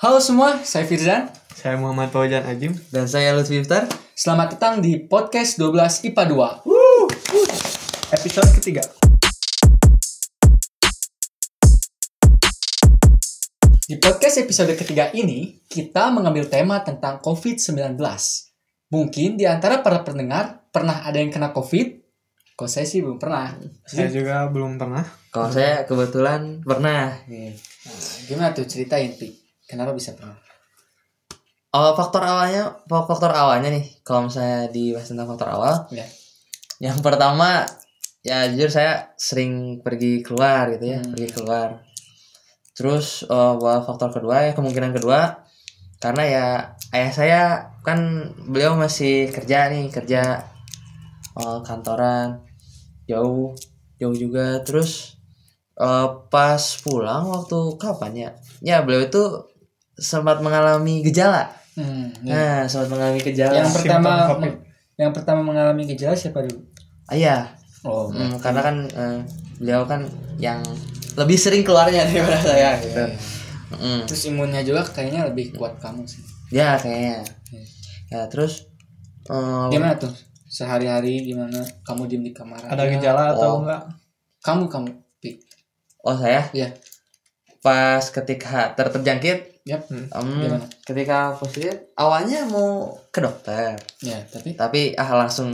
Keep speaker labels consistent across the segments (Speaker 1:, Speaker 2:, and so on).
Speaker 1: Halo semua, saya Firzan.
Speaker 2: Saya Muhammad Fauzan Ajim.
Speaker 3: Dan saya Lutfi Iftar.
Speaker 1: Selamat datang di podcast 12 IPA
Speaker 2: Episode ketiga.
Speaker 1: 2. Di podcast episode ketiga ini, kita mengambil tema tentang COVID-19. Mungkin di antara para pendengar pernah ada yang kena COVID? Kok saya sih belum pernah.
Speaker 2: Saya juga belum pernah.
Speaker 3: Kalau saya kebetulan pernah.
Speaker 1: Nah, gimana tuh ceritain, Pi? Kenapa bisa pernah?
Speaker 3: Oh, faktor awalnya, faktor awalnya nih. Kalau misalnya dibahas tentang faktor awal,
Speaker 1: Ya.
Speaker 3: yang pertama ya jujur saya sering pergi keluar gitu ya,
Speaker 1: Hmm.
Speaker 3: pergi keluar. Terus eh, buat faktor kedua ya kemungkinan kedua karena ya ayah saya kan beliau masih kerja nih kerja eh, kantoran jauh jauh juga terus eh, pas pulang waktu kapan ya ya beliau itu sempat mengalami gejala
Speaker 1: Hmm, ya.
Speaker 3: nah sempat mengalami gejala
Speaker 1: Yang pertama
Speaker 2: Simptom COVID.
Speaker 1: yang pertama mengalami gejala siapa dulu?
Speaker 3: ayah
Speaker 1: Oh,
Speaker 3: Hmm, karena kan eh, beliau kan yang lebih sering keluarnya daripada saya gitu.
Speaker 1: iya.
Speaker 3: Mm.
Speaker 1: Terus imunnya juga kayaknya lebih kuat kamu sih.
Speaker 3: Ya kayaknya. Ya terus eh,
Speaker 1: Iya. Gimana tuh? Sehari-hari gimana? Kamu diem di kamar
Speaker 2: Ada
Speaker 1: aja.
Speaker 2: gejala atau
Speaker 3: Oh.
Speaker 2: enggak?
Speaker 1: Kamu kamu Pi.
Speaker 3: oh saya
Speaker 1: Iya.
Speaker 3: pas ketika ter terjangkit
Speaker 1: Yap.
Speaker 3: em,
Speaker 1: Gimana?
Speaker 3: ketika positif awalnya mau ke dokter
Speaker 1: Ya, tapi
Speaker 3: tapi ah langsung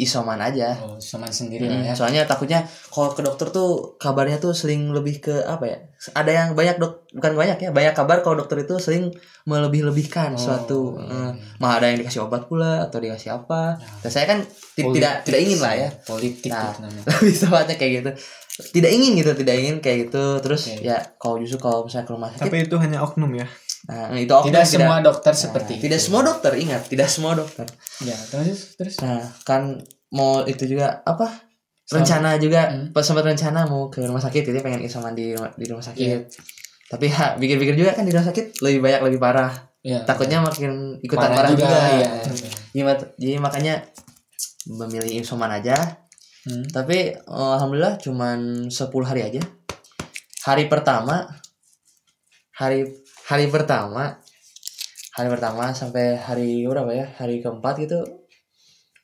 Speaker 3: isoman aja.
Speaker 1: oh, cuman sendiri
Speaker 3: Mm,
Speaker 1: lah ya.
Speaker 3: Soalnya takutnya kalau ke dokter tuh kabarnya tuh sering lebih ke apa ya? Ada yang banyak dok bukan banyak ya banyak kabar kalau dokter itu sering melebih-lebihkan suatu.
Speaker 1: Oh,
Speaker 3: eh, mah ada yang dikasih obat pula atau dikasih apa
Speaker 1: Ya.
Speaker 3: dan saya kan ti-
Speaker 1: politik.
Speaker 3: tidak tidak ingin lah ya
Speaker 1: iya. Politik
Speaker 3: Nah.
Speaker 1: itu namanya.
Speaker 3: lebih tepatnya kayak gitu tidak ingin gitu tidak ingin kayak gitu terus
Speaker 1: Oke.
Speaker 3: ya kalau justru kalau misalnya ke rumah sakit
Speaker 2: Tapi itu hanya oknum ya.
Speaker 3: nah itu oknum
Speaker 1: Tidak semua dokter
Speaker 3: nah,
Speaker 1: seperti itu.
Speaker 3: tidak semua dokter ingat tidak semua dokter
Speaker 1: Ya, terus terus.
Speaker 3: nah kan mau itu juga apa
Speaker 1: Sama.
Speaker 3: rencana juga
Speaker 1: Hmm.
Speaker 3: pas sempat rencana mau ke rumah sakit jadi pengen isoman di rumah, di rumah sakit
Speaker 1: Iya.
Speaker 3: tapi ya pikir-pikir juga kan di rumah sakit lebih banyak lebih parah
Speaker 1: Ya.
Speaker 3: takutnya makin ikutan
Speaker 1: Parah
Speaker 3: parah, juga,
Speaker 1: ya.
Speaker 3: Jadi mak- jadi makanya memilih isoman aja
Speaker 1: Hmm.
Speaker 3: tapi eh, alhamdulillah cuman 10 hari aja hari pertama hari hari pertama hari pertama sampai hari berapa ya hari keempat gitu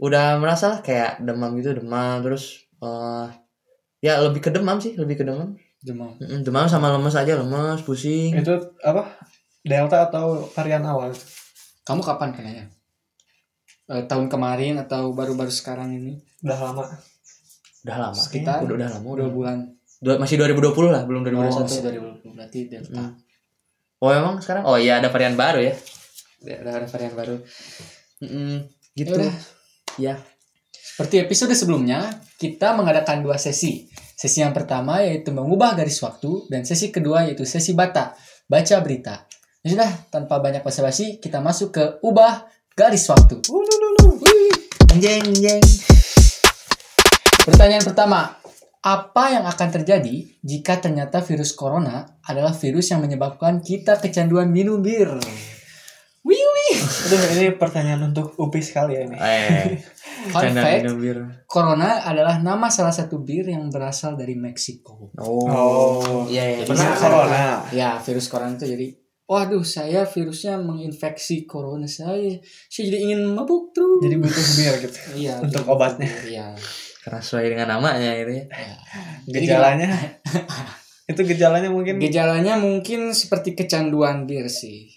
Speaker 3: udah merasa lah kayak demam gitu demam terus eh, ya lebih ke demam sih lebih ke demam
Speaker 1: Demam.
Speaker 3: Mm, demam sama lemes aja lemes pusing
Speaker 2: Itu apa? Delta atau varian awal?
Speaker 1: Kamu kapan kenanya? Eh, tahun kemarin atau baru-baru sekarang ini?
Speaker 2: Udah lama.
Speaker 3: udah lama
Speaker 1: Sekitar
Speaker 3: udah, udah lama udah
Speaker 1: dua bulan.
Speaker 3: Dua- masih 2020 lah belum 2021
Speaker 1: Oh, masih 2020 berarti delta.
Speaker 3: Mm. oh emang sekarang oh iya ada varian baru ya
Speaker 1: Ya, Ada varian baru.
Speaker 3: Mm, gitu
Speaker 1: Yaudah.
Speaker 3: ya
Speaker 1: Seperti episode sebelumnya, kita mengadakan dua sesi. Sesi yang pertama yaitu mengubah garis waktu dan sesi kedua yaitu sesi bata, baca berita. Ya sudah, tanpa banyak basa-basi, kita masuk ke ubah garis waktu.
Speaker 3: Anjing, anjing.
Speaker 1: Pertanyaan pertama, apa yang akan terjadi jika ternyata virus corona adalah virus yang menyebabkan kita kecanduan minum bir? Wih, wih.
Speaker 2: Aduh, ini pertanyaan untuk UPI sekali ya ini.
Speaker 3: Eh,
Speaker 1: Fun fact,
Speaker 3: minum bir.
Speaker 1: corona adalah nama salah satu bir yang berasal dari Meksiko.
Speaker 3: Oh. Iya, iya.
Speaker 1: Jadi
Speaker 2: Pernah
Speaker 1: saya-
Speaker 2: corona.
Speaker 1: Ya, virus corona itu jadi waduh saya virusnya menginfeksi corona saya. Saya jadi ingin mabuk tuh.
Speaker 2: Jadi butuh bir gitu.
Speaker 1: iya,
Speaker 2: untuk
Speaker 1: jadi-
Speaker 2: obatnya.
Speaker 1: Iya.
Speaker 3: Karena sesuai dengan namanya gitu ya.
Speaker 1: Jadi
Speaker 2: Gejalanya. itu gejalanya mungkin
Speaker 1: Gejalanya mungkin seperti kecanduan bir sih.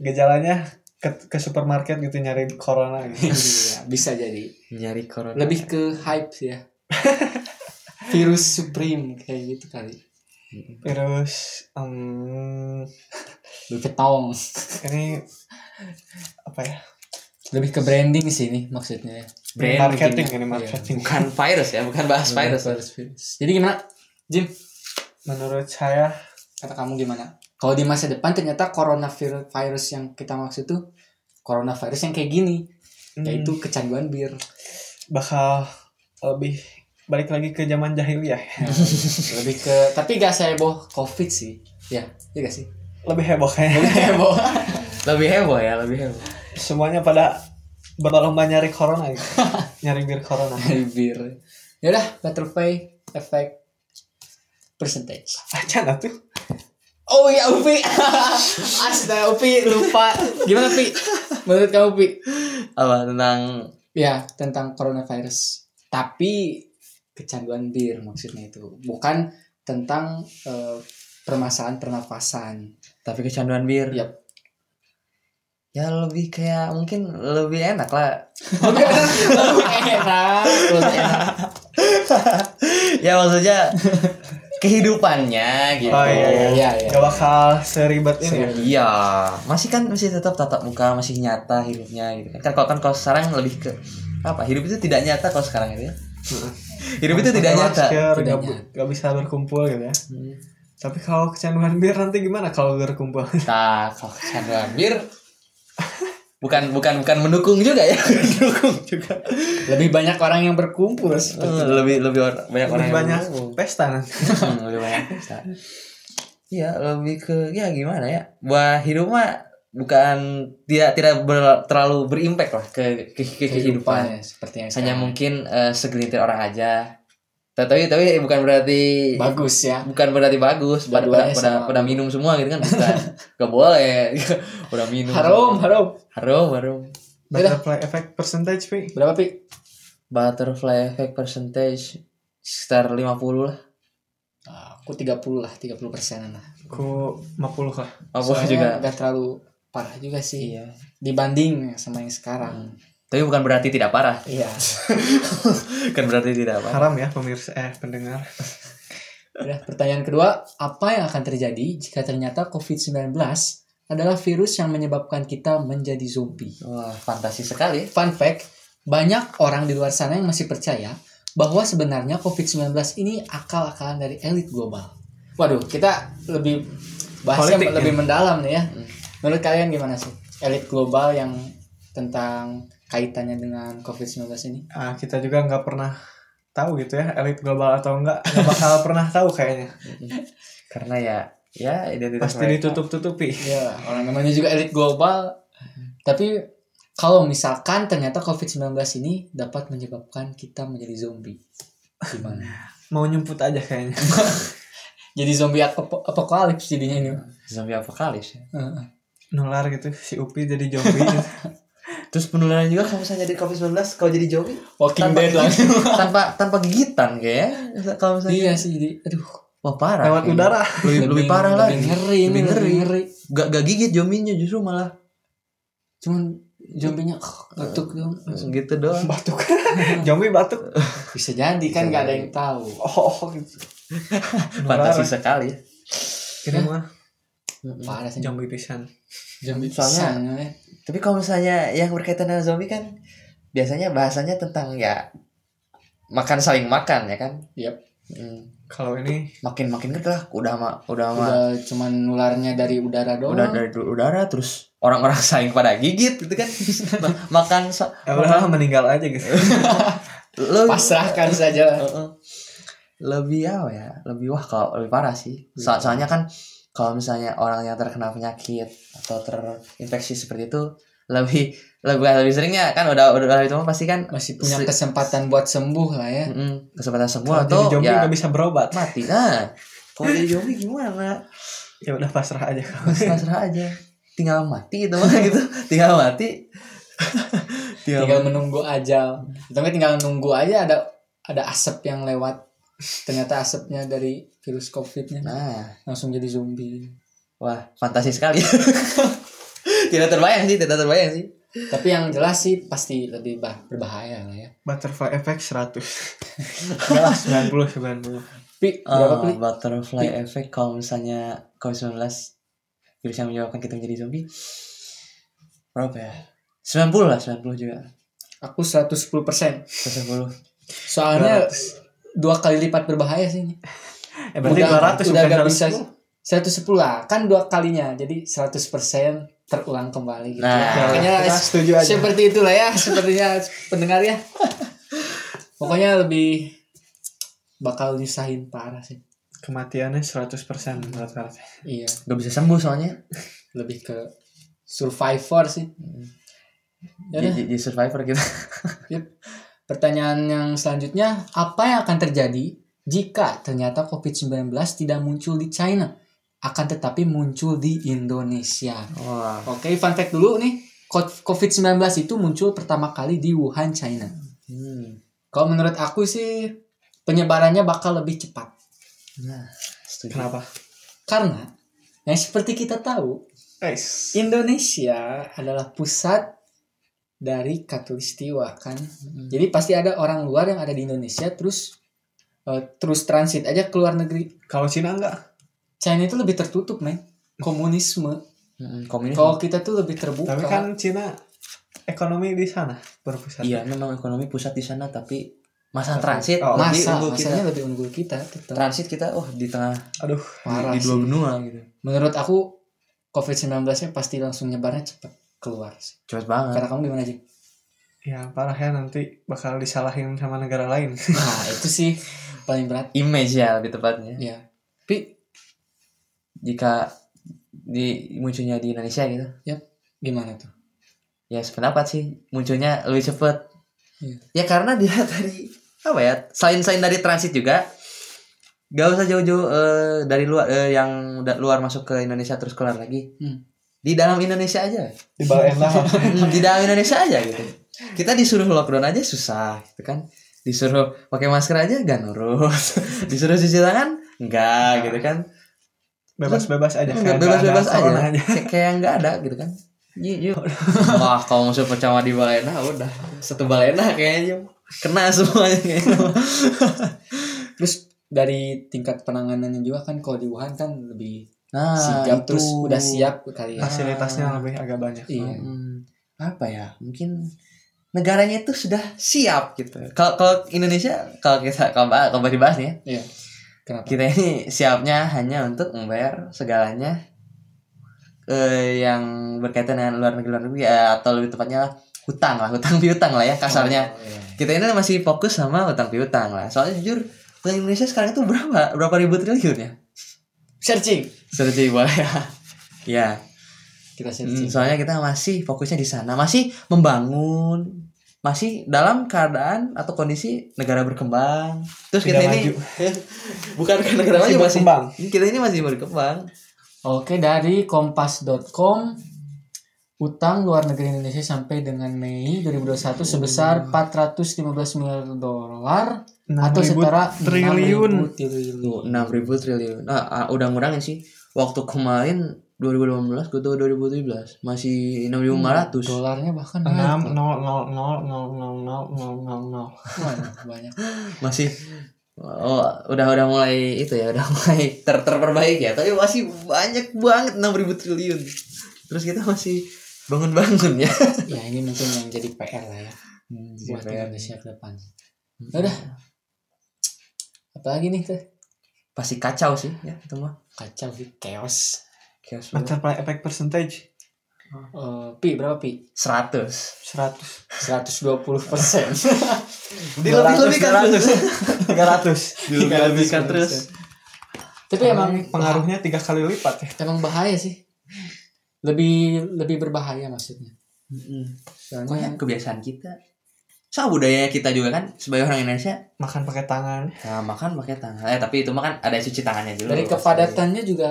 Speaker 2: gejalanya ke, ke supermarket gitu nyari corona gitu.
Speaker 1: iya, bisa jadi.
Speaker 3: Nyari corona.
Speaker 1: Lebih ke hype sih ya. virus supreme kayak gitu kali.
Speaker 2: Terus em,
Speaker 1: Lebih ke tong.
Speaker 2: ini apa ya?
Speaker 1: Lebih ke branding sih ini maksudnya. ya.
Speaker 3: Brand
Speaker 2: marketing
Speaker 3: mungkin
Speaker 2: ini marketing.
Speaker 3: Bukan virus ya, bukan bahas virus.
Speaker 1: Jadi gimana? Jim,
Speaker 2: Menurut saya
Speaker 1: kata kamu gimana? Kalau di masa depan ternyata coronavirus virus yang kita maksud tuh coronavirus yang kayak gini,
Speaker 2: hmm,
Speaker 1: yaitu kecanduan bir.
Speaker 2: bakal lebih balik lagi ke zaman jahiliyah.
Speaker 1: Lebih ke tapi gak heboh covid sih. Ya, iya gak sih?
Speaker 2: Lebih heboh kayak
Speaker 1: Lebih heboh.
Speaker 3: Lebih heboh ya, lebih heboh.
Speaker 2: semuanya pada berlomba nyari corona gitu. nyari bir corona.
Speaker 1: bir. Ya udah, butterfly effect percentage.
Speaker 2: Acan tuh.
Speaker 1: Oh iya Upi Astaga Upi lupa Gimana Upi? Menurut kamu Upi?
Speaker 3: apa tentang
Speaker 1: Ya tentang coronavirus Tapi kecanduan bir maksudnya itu Bukan tentang eh, permasalahan pernafasan Ya.
Speaker 3: tapi kecanduan bir
Speaker 1: Yap.
Speaker 3: ya lebih kayak mungkin lebih enak lah
Speaker 1: Enak
Speaker 3: ya maksudnya kehidupannya gitu
Speaker 2: Oh iya iya.
Speaker 1: Iya, iya.
Speaker 2: Gak bakal seribet ini. ya.
Speaker 3: Iya, masih kan masih tetap tatap muka, masih nyata hidupnya gitu kan. Kan kalau kan kalau sekarang lebih ke apa? Hidup itu tidak nyata kalau sekarang itu ya. Hidup itu
Speaker 2: Pakai
Speaker 3: tidak nyata. Hmm.
Speaker 2: masker,
Speaker 1: Tidak
Speaker 2: Gak,
Speaker 1: nyata.
Speaker 2: gak bisa berkumpul gitu ya. Tapi kalau kecanduan bir nanti gimana kalau berkumpul?
Speaker 3: Nah, kalau kecanduan bir bukan bukan bukan mendukung juga ya, mendukung juga.
Speaker 1: Lebih banyak orang yang berkumpul seperti
Speaker 3: Eh, lebih lebih or- banyak
Speaker 2: Lebih
Speaker 3: orang yang
Speaker 2: banyak
Speaker 3: mendukung.
Speaker 2: pesta nanti.
Speaker 3: Hmm, lebih banyak pesta. Iya, lebih ke ya gimana ya? Buah hidup mah bukan tidak tidak ber- terlalu berimpact lah ke, ke, ke kehidupan.
Speaker 1: kehidupannya Seperti yang
Speaker 3: hanya
Speaker 1: sekarang.
Speaker 3: mungkin eh, segelintir orang aja tapi tapi bukan berarti
Speaker 1: Bagus ya
Speaker 3: bukan berarti bagus pada pada
Speaker 1: Dua-duanya
Speaker 3: pada,
Speaker 1: sama.
Speaker 3: pada minum semua gitu kan bukan gak boleh udah minum
Speaker 1: Harum harum
Speaker 3: harum harum
Speaker 2: Butterfly effect percentage, Pi.
Speaker 1: Berapa Pi?
Speaker 3: butterfly effect percentage sekitar 50 lah
Speaker 1: Aku 30 lah 30 persenan lah
Speaker 2: Ku 50 lah.
Speaker 3: apa
Speaker 1: Soalnya
Speaker 3: juga
Speaker 1: nggak terlalu parah juga sih
Speaker 3: iya
Speaker 1: dibanding sama yang sekarang
Speaker 3: tapi bukan berarti tidak parah
Speaker 1: iya
Speaker 3: bukan berarti tidak parah
Speaker 2: Haram ya pemirsa eh pendengar.
Speaker 1: Udah, pertanyaan kedua apa yang akan terjadi jika ternyata covid-19 adalah virus yang menyebabkan kita menjadi zombie
Speaker 3: wah fantasi sekali
Speaker 1: fun fact banyak orang di luar sana yang masih percaya bahwa sebenarnya covid-19 ini akal-akalan dari elit global waduh kita lebih bahasnya
Speaker 2: Politik,
Speaker 1: lebih mendalam nih ya
Speaker 3: Hmm.
Speaker 1: menurut kalian gimana sih elit global yang tentang kaitannya dengan covid-19 ini
Speaker 2: Ah, kita juga nggak pernah tahu gitu ya elit global atau enggak nggak bakal pernah tahu kayaknya
Speaker 3: karena ya ya identitas
Speaker 2: pasti
Speaker 3: mereka.
Speaker 2: ditutup tutupi
Speaker 1: Ya, orang namanya juga elit global. Tapi kalau misalkan ternyata COVID-19 ini dapat menyebabkan kita menjadi zombie. Gimana?
Speaker 2: mau nyumput aja kayaknya
Speaker 1: jadi zombie ap- apokalips jadinya ini.
Speaker 3: zombie apokalis ya.
Speaker 1: Heeh.
Speaker 2: nular gitu si upi jadi zombie gitu.
Speaker 3: terus penularan juga kalau misalnya jadi covid 19 kalau jadi zombie
Speaker 1: Walking
Speaker 3: Tanpa
Speaker 1: Dead lah.
Speaker 3: tanpa tanpa gigitan kayak ya. kalau misalnya
Speaker 1: iya sih, jadi aduh.
Speaker 3: wah parah
Speaker 2: lewat
Speaker 3: Kayaknya.
Speaker 2: udara
Speaker 3: lebih, lebih parah lah
Speaker 1: lebih ngeri, ini
Speaker 3: Lebih
Speaker 1: lebih ngeri.
Speaker 3: ngeri. gak, gak gigit zombinya justru malah
Speaker 1: Cuman zombinya batuk dong.
Speaker 3: gitu doang
Speaker 2: batuk zombie batuk
Speaker 1: Bisa jadi kan
Speaker 3: Bisa
Speaker 1: nggak ada
Speaker 3: jadi.
Speaker 1: yang tahu.
Speaker 2: oh, oh gitu
Speaker 3: fantasi
Speaker 2: nular
Speaker 3: sekali ya.
Speaker 2: ini mah
Speaker 1: Parah sih
Speaker 2: zombie pisan
Speaker 1: zombie
Speaker 3: Soalnya-
Speaker 1: pisan, ya.
Speaker 3: tapi kalau misalnya yang berkaitan dengan zombie kan biasanya bahasanya tentang ya makan saling makan ya kan
Speaker 1: Yap.
Speaker 3: Hmm.
Speaker 2: kalau ini
Speaker 3: makin makin gede lah udah mah udah mah
Speaker 1: Udah cuman nularnya dari udara doang.
Speaker 3: udah dari udara terus orang-orang saling pada gigit gitu kan Ma- makan sa-
Speaker 2: ya udah meninggal aja gitu
Speaker 3: lo
Speaker 1: Pasrahkan saja lah.
Speaker 3: Heeh. lebih apa ya lebih wah kalau lebih parah sih
Speaker 2: Iya.
Speaker 3: So- soalnya kan kalau misalnya orang yang terkena penyakit atau terinfeksi seperti itu lebih lebih lebih seringnya kan udah udah itu mah pasti kan
Speaker 1: Masih punya
Speaker 3: Se-
Speaker 1: kesempatan buat sembuh lah ya.
Speaker 3: mm, kesempatan
Speaker 2: kalau
Speaker 3: semua
Speaker 2: jadi
Speaker 3: atau
Speaker 2: zombie
Speaker 3: ya
Speaker 2: nggak bisa berobat
Speaker 3: mati nah kalau jadi zombie gimana
Speaker 2: ya udah pasrah aja
Speaker 3: pasrah aja tinggal mati itu mah gitu tinggal mati Iya,
Speaker 1: tinggal menunggu aja tapi tinggal nunggu aja ada ada asap yang lewat ternyata asapnya dari virus covidnya
Speaker 3: nah
Speaker 1: langsung jadi zombie
Speaker 3: wah fantasi sekali tidak terbayang sih tidak terbayang sih
Speaker 1: tapi yang jelas sih pasti lebih bah- berbahaya lah ya
Speaker 2: butterfly effect 100 Enggak lah 90 90
Speaker 1: pi
Speaker 3: Ah,
Speaker 1: berapa Pi?
Speaker 3: butterfly effect kalau misalnya COVID-19 virus yang menyebabkan kita menjadi zombie berapa ya 90 lah 90 juga
Speaker 1: aku 110
Speaker 3: Atau 10
Speaker 1: soalnya dua kali lipat berbahaya sih ini
Speaker 2: eh berarti
Speaker 1: udah,
Speaker 2: 200
Speaker 1: udah
Speaker 2: bukan
Speaker 1: gak bisa
Speaker 2: 110.
Speaker 1: 110 lah kan dua kalinya jadi 100 terulang kembali gitu
Speaker 3: Nah,
Speaker 1: ya. makanya
Speaker 2: kita setuju aja.
Speaker 1: seperti itulah ya sepertinya pendengar ya pokoknya lebih bakal nyusahin parah sih
Speaker 2: kematiannya 100% menurut Karate.
Speaker 1: iya
Speaker 3: gak bisa sembuh soalnya
Speaker 1: lebih ke survivor sih Ya udah.
Speaker 3: jadi jadi survivor kita
Speaker 1: Pertanyaan yang selanjutnya, apa yang akan terjadi jika ternyata COVID-19 tidak muncul di China, akan tetapi muncul di Indonesia.
Speaker 3: Wah.
Speaker 1: Oke, fun fact dulu nih. Co- COVID-19 itu muncul pertama kali di Wuhan, China.
Speaker 3: Hmm.
Speaker 1: Kalau menurut aku sih penyebarannya bakal lebih cepat.
Speaker 3: Nah, setuju.
Speaker 2: Kenapa?
Speaker 1: Karena yang seperti kita tahu,
Speaker 2: Guys.
Speaker 1: Indonesia adalah pusat dari katulistiwa kan.
Speaker 3: Hmm.
Speaker 1: Jadi pasti ada orang luar yang ada di Indonesia terus eh, terus transit aja ke luar negeri.
Speaker 2: Kalau Cina enggak?
Speaker 1: China itu lebih tertutup, men. Komunisme.
Speaker 3: Hmm, Komunis.
Speaker 1: Kalau kita tuh lebih
Speaker 3: Oh,
Speaker 1: terbuka.
Speaker 2: Tapi kan Cina ekonomi di sana berpusat.
Speaker 3: Iya, memang ekonomi pusat di sana tapi masa
Speaker 2: Tapi-
Speaker 3: transit
Speaker 2: oh,
Speaker 3: lebih
Speaker 1: masa ya?
Speaker 3: unggul kita.
Speaker 1: masanya lebih unggul kita tetap.
Speaker 3: Transit kita oh di tengah
Speaker 2: Aduh,
Speaker 1: Parah
Speaker 3: di, di
Speaker 1: sih.
Speaker 3: dua benua gitu.
Speaker 1: Menurut aku COVID-19-nya pasti langsung nyebarnya cepat keluar sih.
Speaker 3: Cepet banget.
Speaker 1: Karena kamu gimana, Jik?
Speaker 2: ya parah ya nanti bakal disalahin sama negara lain.
Speaker 1: Nah, itu sih paling berat.
Speaker 3: Image ya lebih tepatnya.
Speaker 1: Iya. Tapi
Speaker 3: Jika di munculnya di Indonesia gitu.
Speaker 1: ya, gimana tuh?
Speaker 3: Ya sependapat sih munculnya lebih cepet.
Speaker 1: Iya.
Speaker 3: Ya karena dia dari apa ya? Selain selain dari transit juga Gak usah jauh-jauh eh, dari luar eh, yang da- luar masuk ke Indonesia terus keluar lagi.
Speaker 1: Hmm.
Speaker 3: Di dalam Indonesia aja.
Speaker 2: Di bawah lah.
Speaker 3: Hmm, di dalam Indonesia aja gitu. Kita disuruh lockdown aja susah gitu kan. Disuruh pakai masker aja gak nurut. disuruh cuci tangan enggak gitu kan.
Speaker 2: Bebas-bebas aja
Speaker 3: Enggak
Speaker 2: kayak
Speaker 3: Iya, bebas-bebas
Speaker 2: nggak ada corona
Speaker 3: aja. Kayak kayak nggak ada gitu kan. Iya, iya. Wah, kalau musuh percaya di Balena udah satu Balena kayaknya kena semuanya kayaknya.
Speaker 1: Terus dari tingkat penanganannya juga kan kalau di Wuhan kan lebih
Speaker 3: Nah,
Speaker 1: sigap
Speaker 3: itu.
Speaker 1: terus udah siap kali ya.
Speaker 3: Ah.
Speaker 2: Fasilitasnya lebih agak banyak.
Speaker 1: Iya.
Speaker 3: Hmm, apa ya? Mungkin negaranya itu sudah siap gitu. Kalau kalau Indonesia kalau kita kalau kalau boleh dibahas nih ya,
Speaker 1: Iya. Kenapa?
Speaker 3: kita ini siapnya hanya untuk membayar segalanya eh, yang berkaitan dengan luar negeri luar negeri ya, atau lebih tepatnya lah hutang lah hutang piutang lah ya kasarnya
Speaker 1: Oh, iya.
Speaker 3: kita ini masih fokus sama hutang piutang lah soalnya jujur hutang Indonesia sekarang itu berapa berapa ribu triliun ya
Speaker 1: Searching.
Speaker 3: seperti boleh ya ya
Speaker 1: Kita
Speaker 3: Hmm,
Speaker 1: searching.
Speaker 3: soalnya kita masih fokusnya di sana masih membangun masih dalam keadaan atau kondisi negara berkembang terus
Speaker 2: Tidak
Speaker 3: kita ini
Speaker 2: maju.
Speaker 3: bukan bukan negara maju
Speaker 2: Masih
Speaker 3: masih
Speaker 2: berkembang.
Speaker 3: kita ini masih berkembang
Speaker 1: Oke, dari kompas.com utang luar negeri Indonesia sampai dengan Mei 2021 sebesar 415 miliar dolar atau
Speaker 2: 6.000
Speaker 1: setara
Speaker 2: triliun.
Speaker 1: 6.000 triliun.
Speaker 3: enam ribu triliun ah, ah, udah ngurangin sih waktu kemarin 2018 ke 2017 masih 6500
Speaker 1: Dolarnya bahkan
Speaker 3: Ah,
Speaker 2: enam
Speaker 1: naik.
Speaker 2: nol nol nol nol nol nol nol nol nol.
Speaker 3: Iya.
Speaker 1: Waduh, banyak.
Speaker 3: masih oh, udah udah mulai itu ya udah mulai ter terperbaik ya tapi masih banyak banget 6000 triliun terus kita masih bangun-bangun ya
Speaker 1: ya ini mungkin yang jadi PR lah ya
Speaker 2: Hmm,
Speaker 1: buat Indonesia ke depan. Ya Udah. Apalagi nih tuh?
Speaker 3: pasti kacau sih ya itu mah
Speaker 1: Kacau sih, chaos.
Speaker 3: chaos banget.
Speaker 2: Multiply effect percentage
Speaker 1: Eh, pi berapa pi?
Speaker 3: 100
Speaker 2: 100
Speaker 1: 120
Speaker 3: dilebih-lebihkan terus
Speaker 2: 300 300.
Speaker 3: dilebih-lebihkan terus
Speaker 1: Tapi
Speaker 2: Emang
Speaker 1: emang
Speaker 2: pengaruhnya tiga kali lipat ya.
Speaker 1: emang bahaya sih. Lebih lebih berbahaya maksudnya.
Speaker 3: Mm-mm. Kok ya
Speaker 1: Soalnya
Speaker 3: kebiasaan kita sama budaya kita juga kan sebagai orang Indonesia
Speaker 2: Makan pakai tangan.
Speaker 3: nah, makan pakai tangan eh tapi itu mah kan ada cuci tangannya dulu
Speaker 1: dari
Speaker 3: pasti.
Speaker 1: kepadatannya juga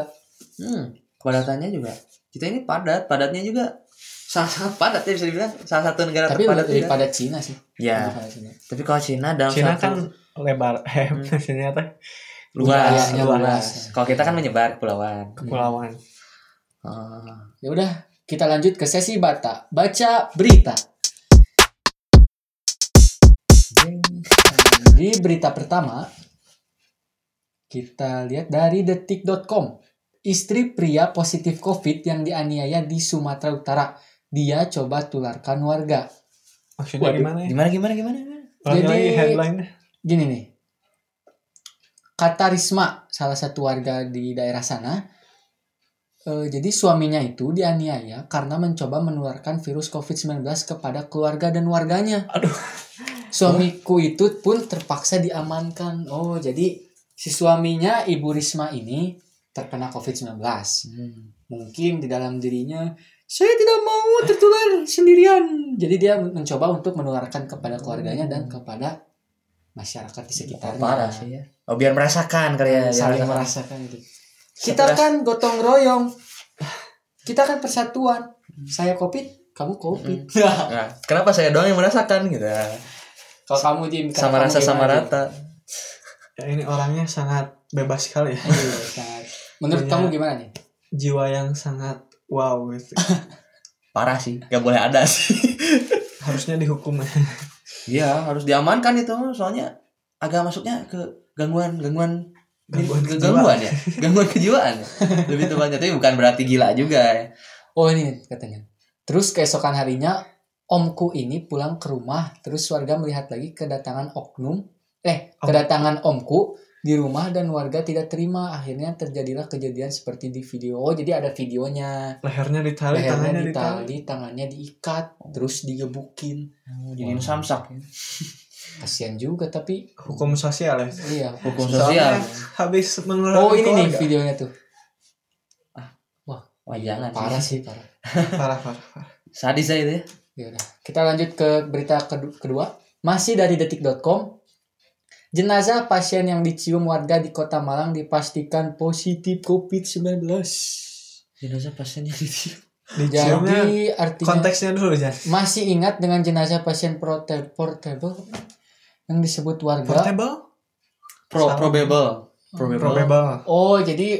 Speaker 3: Hmm, kepadatannya juga. Kita ini padat, padatnya juga sangat padat ya bisa dibilang salah satu negara
Speaker 1: tapi
Speaker 3: terpadat
Speaker 1: lebih
Speaker 3: juga.
Speaker 1: pada Cina sih.
Speaker 3: Ya,
Speaker 1: Lebih pada Cina.
Speaker 3: tapi kalau Cina dalam
Speaker 2: Cina
Speaker 3: satu Hmm.
Speaker 2: kan lebar. Eh, maksudnya teh
Speaker 3: luas,
Speaker 1: wilayahnya
Speaker 3: Iya, luas.
Speaker 1: luas.
Speaker 3: Kalau kita kan menyebar kepulauan.
Speaker 2: kepulauan.
Speaker 3: Ah.
Speaker 1: Ya udah, kita lanjut ke sesi bata. Baca berita. Di berita pertama kita lihat dari detik.com. Istri pria positif COVID yang dianiaya di Sumatera Utara. Dia coba tularkan warga.
Speaker 2: Maksudnya
Speaker 1: Waduh.
Speaker 2: gimana ya?
Speaker 3: Gimana gimana gimana? gimana?
Speaker 2: Ulangi
Speaker 1: Jadi-
Speaker 2: lagi headline
Speaker 1: Gini nih. Kata Risma, salah satu warga di daerah sana, eh, jadi suaminya itu dianiaya karena mencoba menularkan virus COVID-19 kepada keluarga dan warganya.
Speaker 2: Aduh.
Speaker 1: Suamiku itu pun terpaksa diamankan. Oh, jadi si suaminya Ibu Risma ini terkena COVID-19. Hmm, Mungkin di dalam dirinya, saya tidak mau tertular sendirian. Jadi dia mencoba untuk menularkan kepada keluarganya dan kepada
Speaker 3: Iya,
Speaker 1: masyarakat di sekitarnya.
Speaker 3: Parah sih ya. Oh biar merasakan kali ya. biar
Speaker 1: Saling
Speaker 3: merasakan.
Speaker 1: merasakan gitu. Kita
Speaker 3: Setelah-
Speaker 1: kan gotong royong. Kita kan persatuan.
Speaker 3: Hmm.
Speaker 1: Saya covid, kamu covid.
Speaker 3: Nah, kenapa saya doang yang merasakan gitu ya.
Speaker 1: Kalau kamu Jim, karena
Speaker 3: Sama
Speaker 1: kamu
Speaker 3: rasa sama
Speaker 1: gimana, Jim?
Speaker 3: rata.
Speaker 2: Ya, ini orangnya sangat bebas sekali ya.
Speaker 1: Iya, sangat. Menurut
Speaker 2: Punya-
Speaker 3: Iya.
Speaker 1: kamu gimana nih?
Speaker 2: Jiwa yang sangat wow gitu.
Speaker 3: Parah sih, gak boleh ada sih.
Speaker 2: Harusnya dihukum. ya.
Speaker 3: Iya, harus diamankan itu soalnya agak masuknya ke gangguan gangguan
Speaker 2: Gangguan
Speaker 3: ke
Speaker 2: kejiwaan.
Speaker 3: gangguan ya gangguan kejiwaan lebih tepatnya tapi bukan berarti gila juga ya
Speaker 1: Oh ini katanya. Terus keesokan harinya omku ini pulang ke rumah, terus warga melihat lagi kedatangan oknum, eh
Speaker 2: Om.
Speaker 1: kedatangan omku di rumah dan warga tidak terima. Akhirnya terjadilah kejadian seperti di video. Oh jadi ada videonya.
Speaker 2: Lehernya ditali, tangannya
Speaker 1: Lehernya
Speaker 2: ditali.
Speaker 1: ditali, tangannya diikat, terus digebukin.
Speaker 2: Oh,
Speaker 3: jadiin
Speaker 1: Wah.
Speaker 3: samsak ya.
Speaker 1: Kasihan juga tapi
Speaker 2: Hukum sosial ya.
Speaker 1: iya.
Speaker 3: hukum
Speaker 2: Soalnya
Speaker 3: sosial
Speaker 2: habis mengeluarkan
Speaker 1: Oh ini nih
Speaker 2: keluarga.
Speaker 1: videonya tuh.
Speaker 3: wah jangan
Speaker 1: Parah sih
Speaker 3: sih
Speaker 1: parah.
Speaker 2: Parah, parah, parah.
Speaker 3: sadis aja itu ya
Speaker 1: Ya udah. Kita lanjut ke berita kedu- kedua. Masih dari detik.com. Jenazah pasien yang dicium warga di Kota Malang dipastikan positif COVID-19.
Speaker 3: jenazah pasiennya ditiup
Speaker 2: Diciumnya
Speaker 1: Jadi artinya
Speaker 2: konteksnya dulu Jan.
Speaker 1: masih ingat dengan jenazah pasien prote- portable yang disebut warga.
Speaker 2: Portable?
Speaker 3: pro
Speaker 2: Sama.
Speaker 3: probable
Speaker 2: Probable.
Speaker 1: Oh, jadi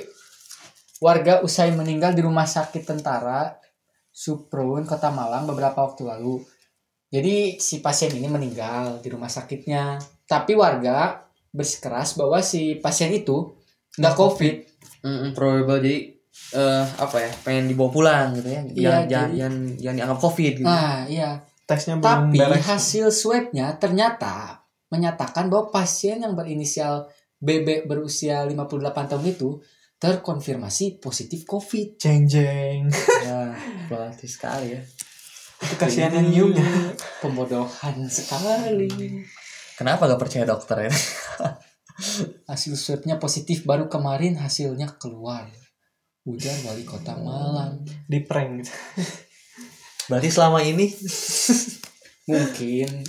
Speaker 1: warga usai meninggal di rumah sakit tentara Suprun Kota Malang beberapa waktu lalu. Jadi si pasien ini meninggal di rumah sakitnya. Tapi warga bersikeras bahwa si pasien itu nggak covid.
Speaker 3: Mm, mm, probable jadi eh, apa ya pengen dibawa pulang gitu ya jangan
Speaker 1: Iya,
Speaker 3: jangan,
Speaker 1: jadi-
Speaker 3: jangan jangan dianggap covid gitu
Speaker 1: Nah, iya.
Speaker 2: Tesnya belum
Speaker 1: Tapi
Speaker 2: beres.
Speaker 1: hasil swabnya ternyata menyatakan bahwa pasien yang berinisial BB berusia 58 tahun itu terkonfirmasi positif covid. Nah,
Speaker 2: Jeng jeng.
Speaker 3: ya berarti sekali ya
Speaker 2: Itu kasihan yang nyiumnya.
Speaker 1: Iya. Pembodohan sekali.
Speaker 3: kenapa gak percaya dokter ya
Speaker 1: hasil swabnya positif baru kemarin hasilnya keluar ujar wali kota Malang
Speaker 2: Di prank gitu.
Speaker 3: berarti selama ini
Speaker 1: mungkin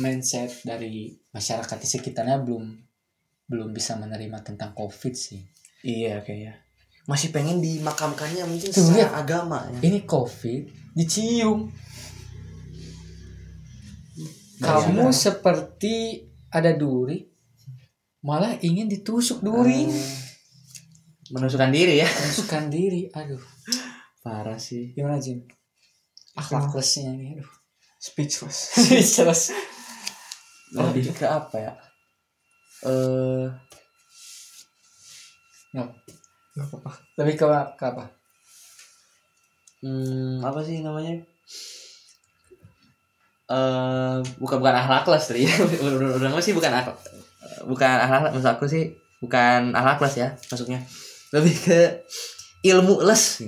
Speaker 1: mindset dari masyarakat di sekitarnya belum belum bisa menerima tentang covid sih
Speaker 3: Iya kayaknya. Masih pengen dimakamkannya mungkin
Speaker 1: Tuh,
Speaker 3: secara
Speaker 1: lihat.
Speaker 3: agama ya.
Speaker 1: ini covid dicium kamu
Speaker 3: Bayangkan.
Speaker 1: seperti ada duri malah ingin ditusuk
Speaker 3: During.
Speaker 2: Ah.
Speaker 1: duri
Speaker 3: Ah. Menusukkan diri ya.
Speaker 1: tusukkan diri aduh
Speaker 3: Parah sih.
Speaker 1: gimana Jim akhlaklesnya ini aduh
Speaker 2: Speechless.
Speaker 1: jelas Oh,
Speaker 3: Lebih
Speaker 1: gitu.
Speaker 3: ke apa ya? Eh,
Speaker 2: Gak apa-apa.
Speaker 1: lebih ke, ke apa
Speaker 3: hmm, apa sih namanya? Eh, bukan bukan akhlaklas tadi. Orang sih bukan akhlak bukan akhlak maksud aku sih bukan akhlaklas ya maksudnya. Lebih ke ilmu les.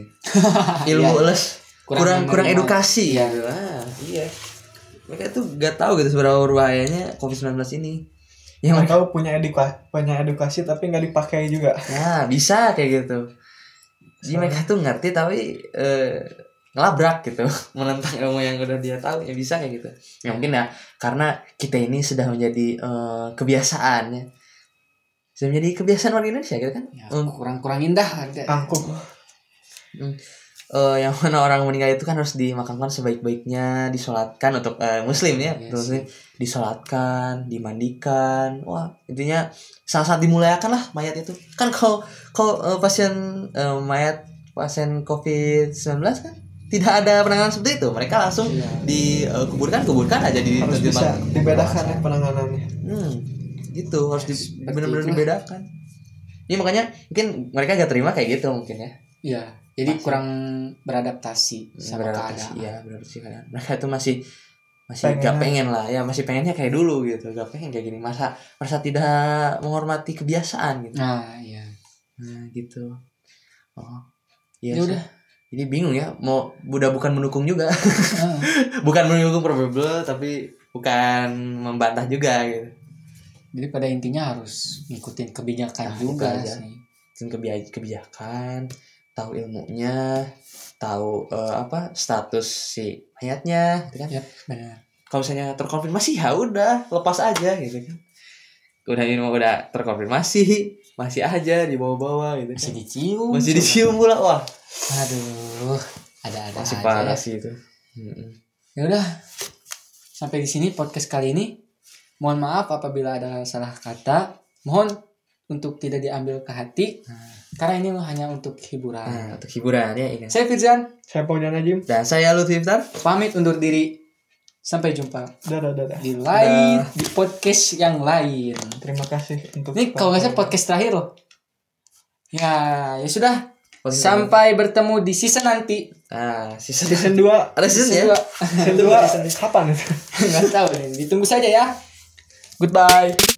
Speaker 3: ilmu
Speaker 1: Iya,
Speaker 3: les. kurang kurang
Speaker 1: menerima.
Speaker 3: edukasi
Speaker 1: Iya.
Speaker 3: ya iya mereka tuh gak tahu gitu seberapa berbahayanya covid 19 ini yang
Speaker 1: Oh,
Speaker 2: Gak
Speaker 3: mereka
Speaker 2: tahu punya edukasi, punya edukasi tapi nggak dipakai juga.
Speaker 3: nah bisa kayak gitu jadi mereka tuh ngerti tapi eh, ngelabrak gitu menentang ilmu yang udah dia tahu ya bisa kayak gitu ya mungkin ya karena kita ini sudah menjadi eh, kebiasaan ya sudah menjadi kebiasaan orang Indonesia gitu kan
Speaker 1: Ya,
Speaker 3: Em,
Speaker 1: kurang kurang indah ada
Speaker 3: Ah.
Speaker 2: Angkuh.
Speaker 3: eh, yang mana orang meninggal itu kan harus dimakamkan sebaik-baiknya, disolatkan untuk eh, muslim ya,
Speaker 1: Iya
Speaker 3: untuk
Speaker 1: sih.
Speaker 3: muslim disolatkan, dimandikan, wah intinya sangat-sangat dimuliakan lah mayat itu. Kan kalau kalau eh, pasien eh, mayat pasien COVID-19 kan tidak ada penanganan seperti itu, mereka langsung
Speaker 1: Iya.
Speaker 3: dikuburkan kuburkan aja di
Speaker 2: Harus
Speaker 3: di-
Speaker 2: bisa
Speaker 3: di-
Speaker 2: dibedakan ya penanganannya.
Speaker 3: Hmm, itu harus di,
Speaker 1: Seperti
Speaker 3: benar-benar
Speaker 1: itulah.
Speaker 3: dibedakan. Iya makanya mungkin mereka gak terima kayak gitu mungkin ya
Speaker 1: Iya, jadi
Speaker 3: Masih.
Speaker 1: kurang beradaptasi sama
Speaker 3: Hmm, beradaptasi
Speaker 1: keadaan
Speaker 3: ya beradaptasi keadaan mereka itu masih masih
Speaker 2: Pengen
Speaker 3: gak
Speaker 2: lah.
Speaker 3: pengen lah ya masih pengennya kayak dulu gitu gak pengen kayak gini masa masa tidak menghormati kebiasaan gitu
Speaker 1: nah iya
Speaker 3: nah gitu oh iya
Speaker 1: Ya
Speaker 3: sih.
Speaker 1: udah.
Speaker 3: jadi bingung ya mau udah bukan mendukung juga
Speaker 1: Ah,
Speaker 3: bukan mendukung probable tapi bukan membantah juga gitu
Speaker 1: jadi pada intinya harus ngikutin kebijakan
Speaker 3: Nah,
Speaker 1: juga
Speaker 3: itu aja.
Speaker 1: sih
Speaker 3: Bikin kebia- kebijakan tahu ilmunya tahu eh, apa status si mayatnya gitu kan
Speaker 1: ya benar
Speaker 3: kalau misalnya terkonfirmasi ya udah lepas aja gitu kan udah ini mah udah terkonfirmasi masih aja dibawa-bawa gitu
Speaker 1: masih
Speaker 3: kan.
Speaker 1: dicium
Speaker 3: masih dicium pula wah
Speaker 1: aduh ada ada aja
Speaker 3: masih parah
Speaker 1: ya.
Speaker 3: sih itu Mm-mm.
Speaker 1: ya udah sampai di sini podcast kali ini mohon maaf apabila ada salah kata mohon untuk tidak diambil ke hati karena ini hanya untuk hiburan
Speaker 3: nah, untuk hiburan ya ini
Speaker 1: saya Firzan
Speaker 2: Saya Paujana Jim.
Speaker 3: dan Nah, saya Lutfi Iftar
Speaker 1: pamit undur diri sampai jumpa
Speaker 2: Dadah dadah.
Speaker 1: di lain di podcast yang lain
Speaker 2: Terima kasih untuk
Speaker 1: ini kalau nggak salah podcast terakhir loh ya ya sudah
Speaker 3: Podcast
Speaker 1: sampai bertemu di season nanti
Speaker 3: nah season
Speaker 2: season 2.
Speaker 3: ada season ya
Speaker 1: Dua.
Speaker 2: Season 2 kapan itu?
Speaker 1: nggak tahu nih ditunggu saja ya
Speaker 3: goodbye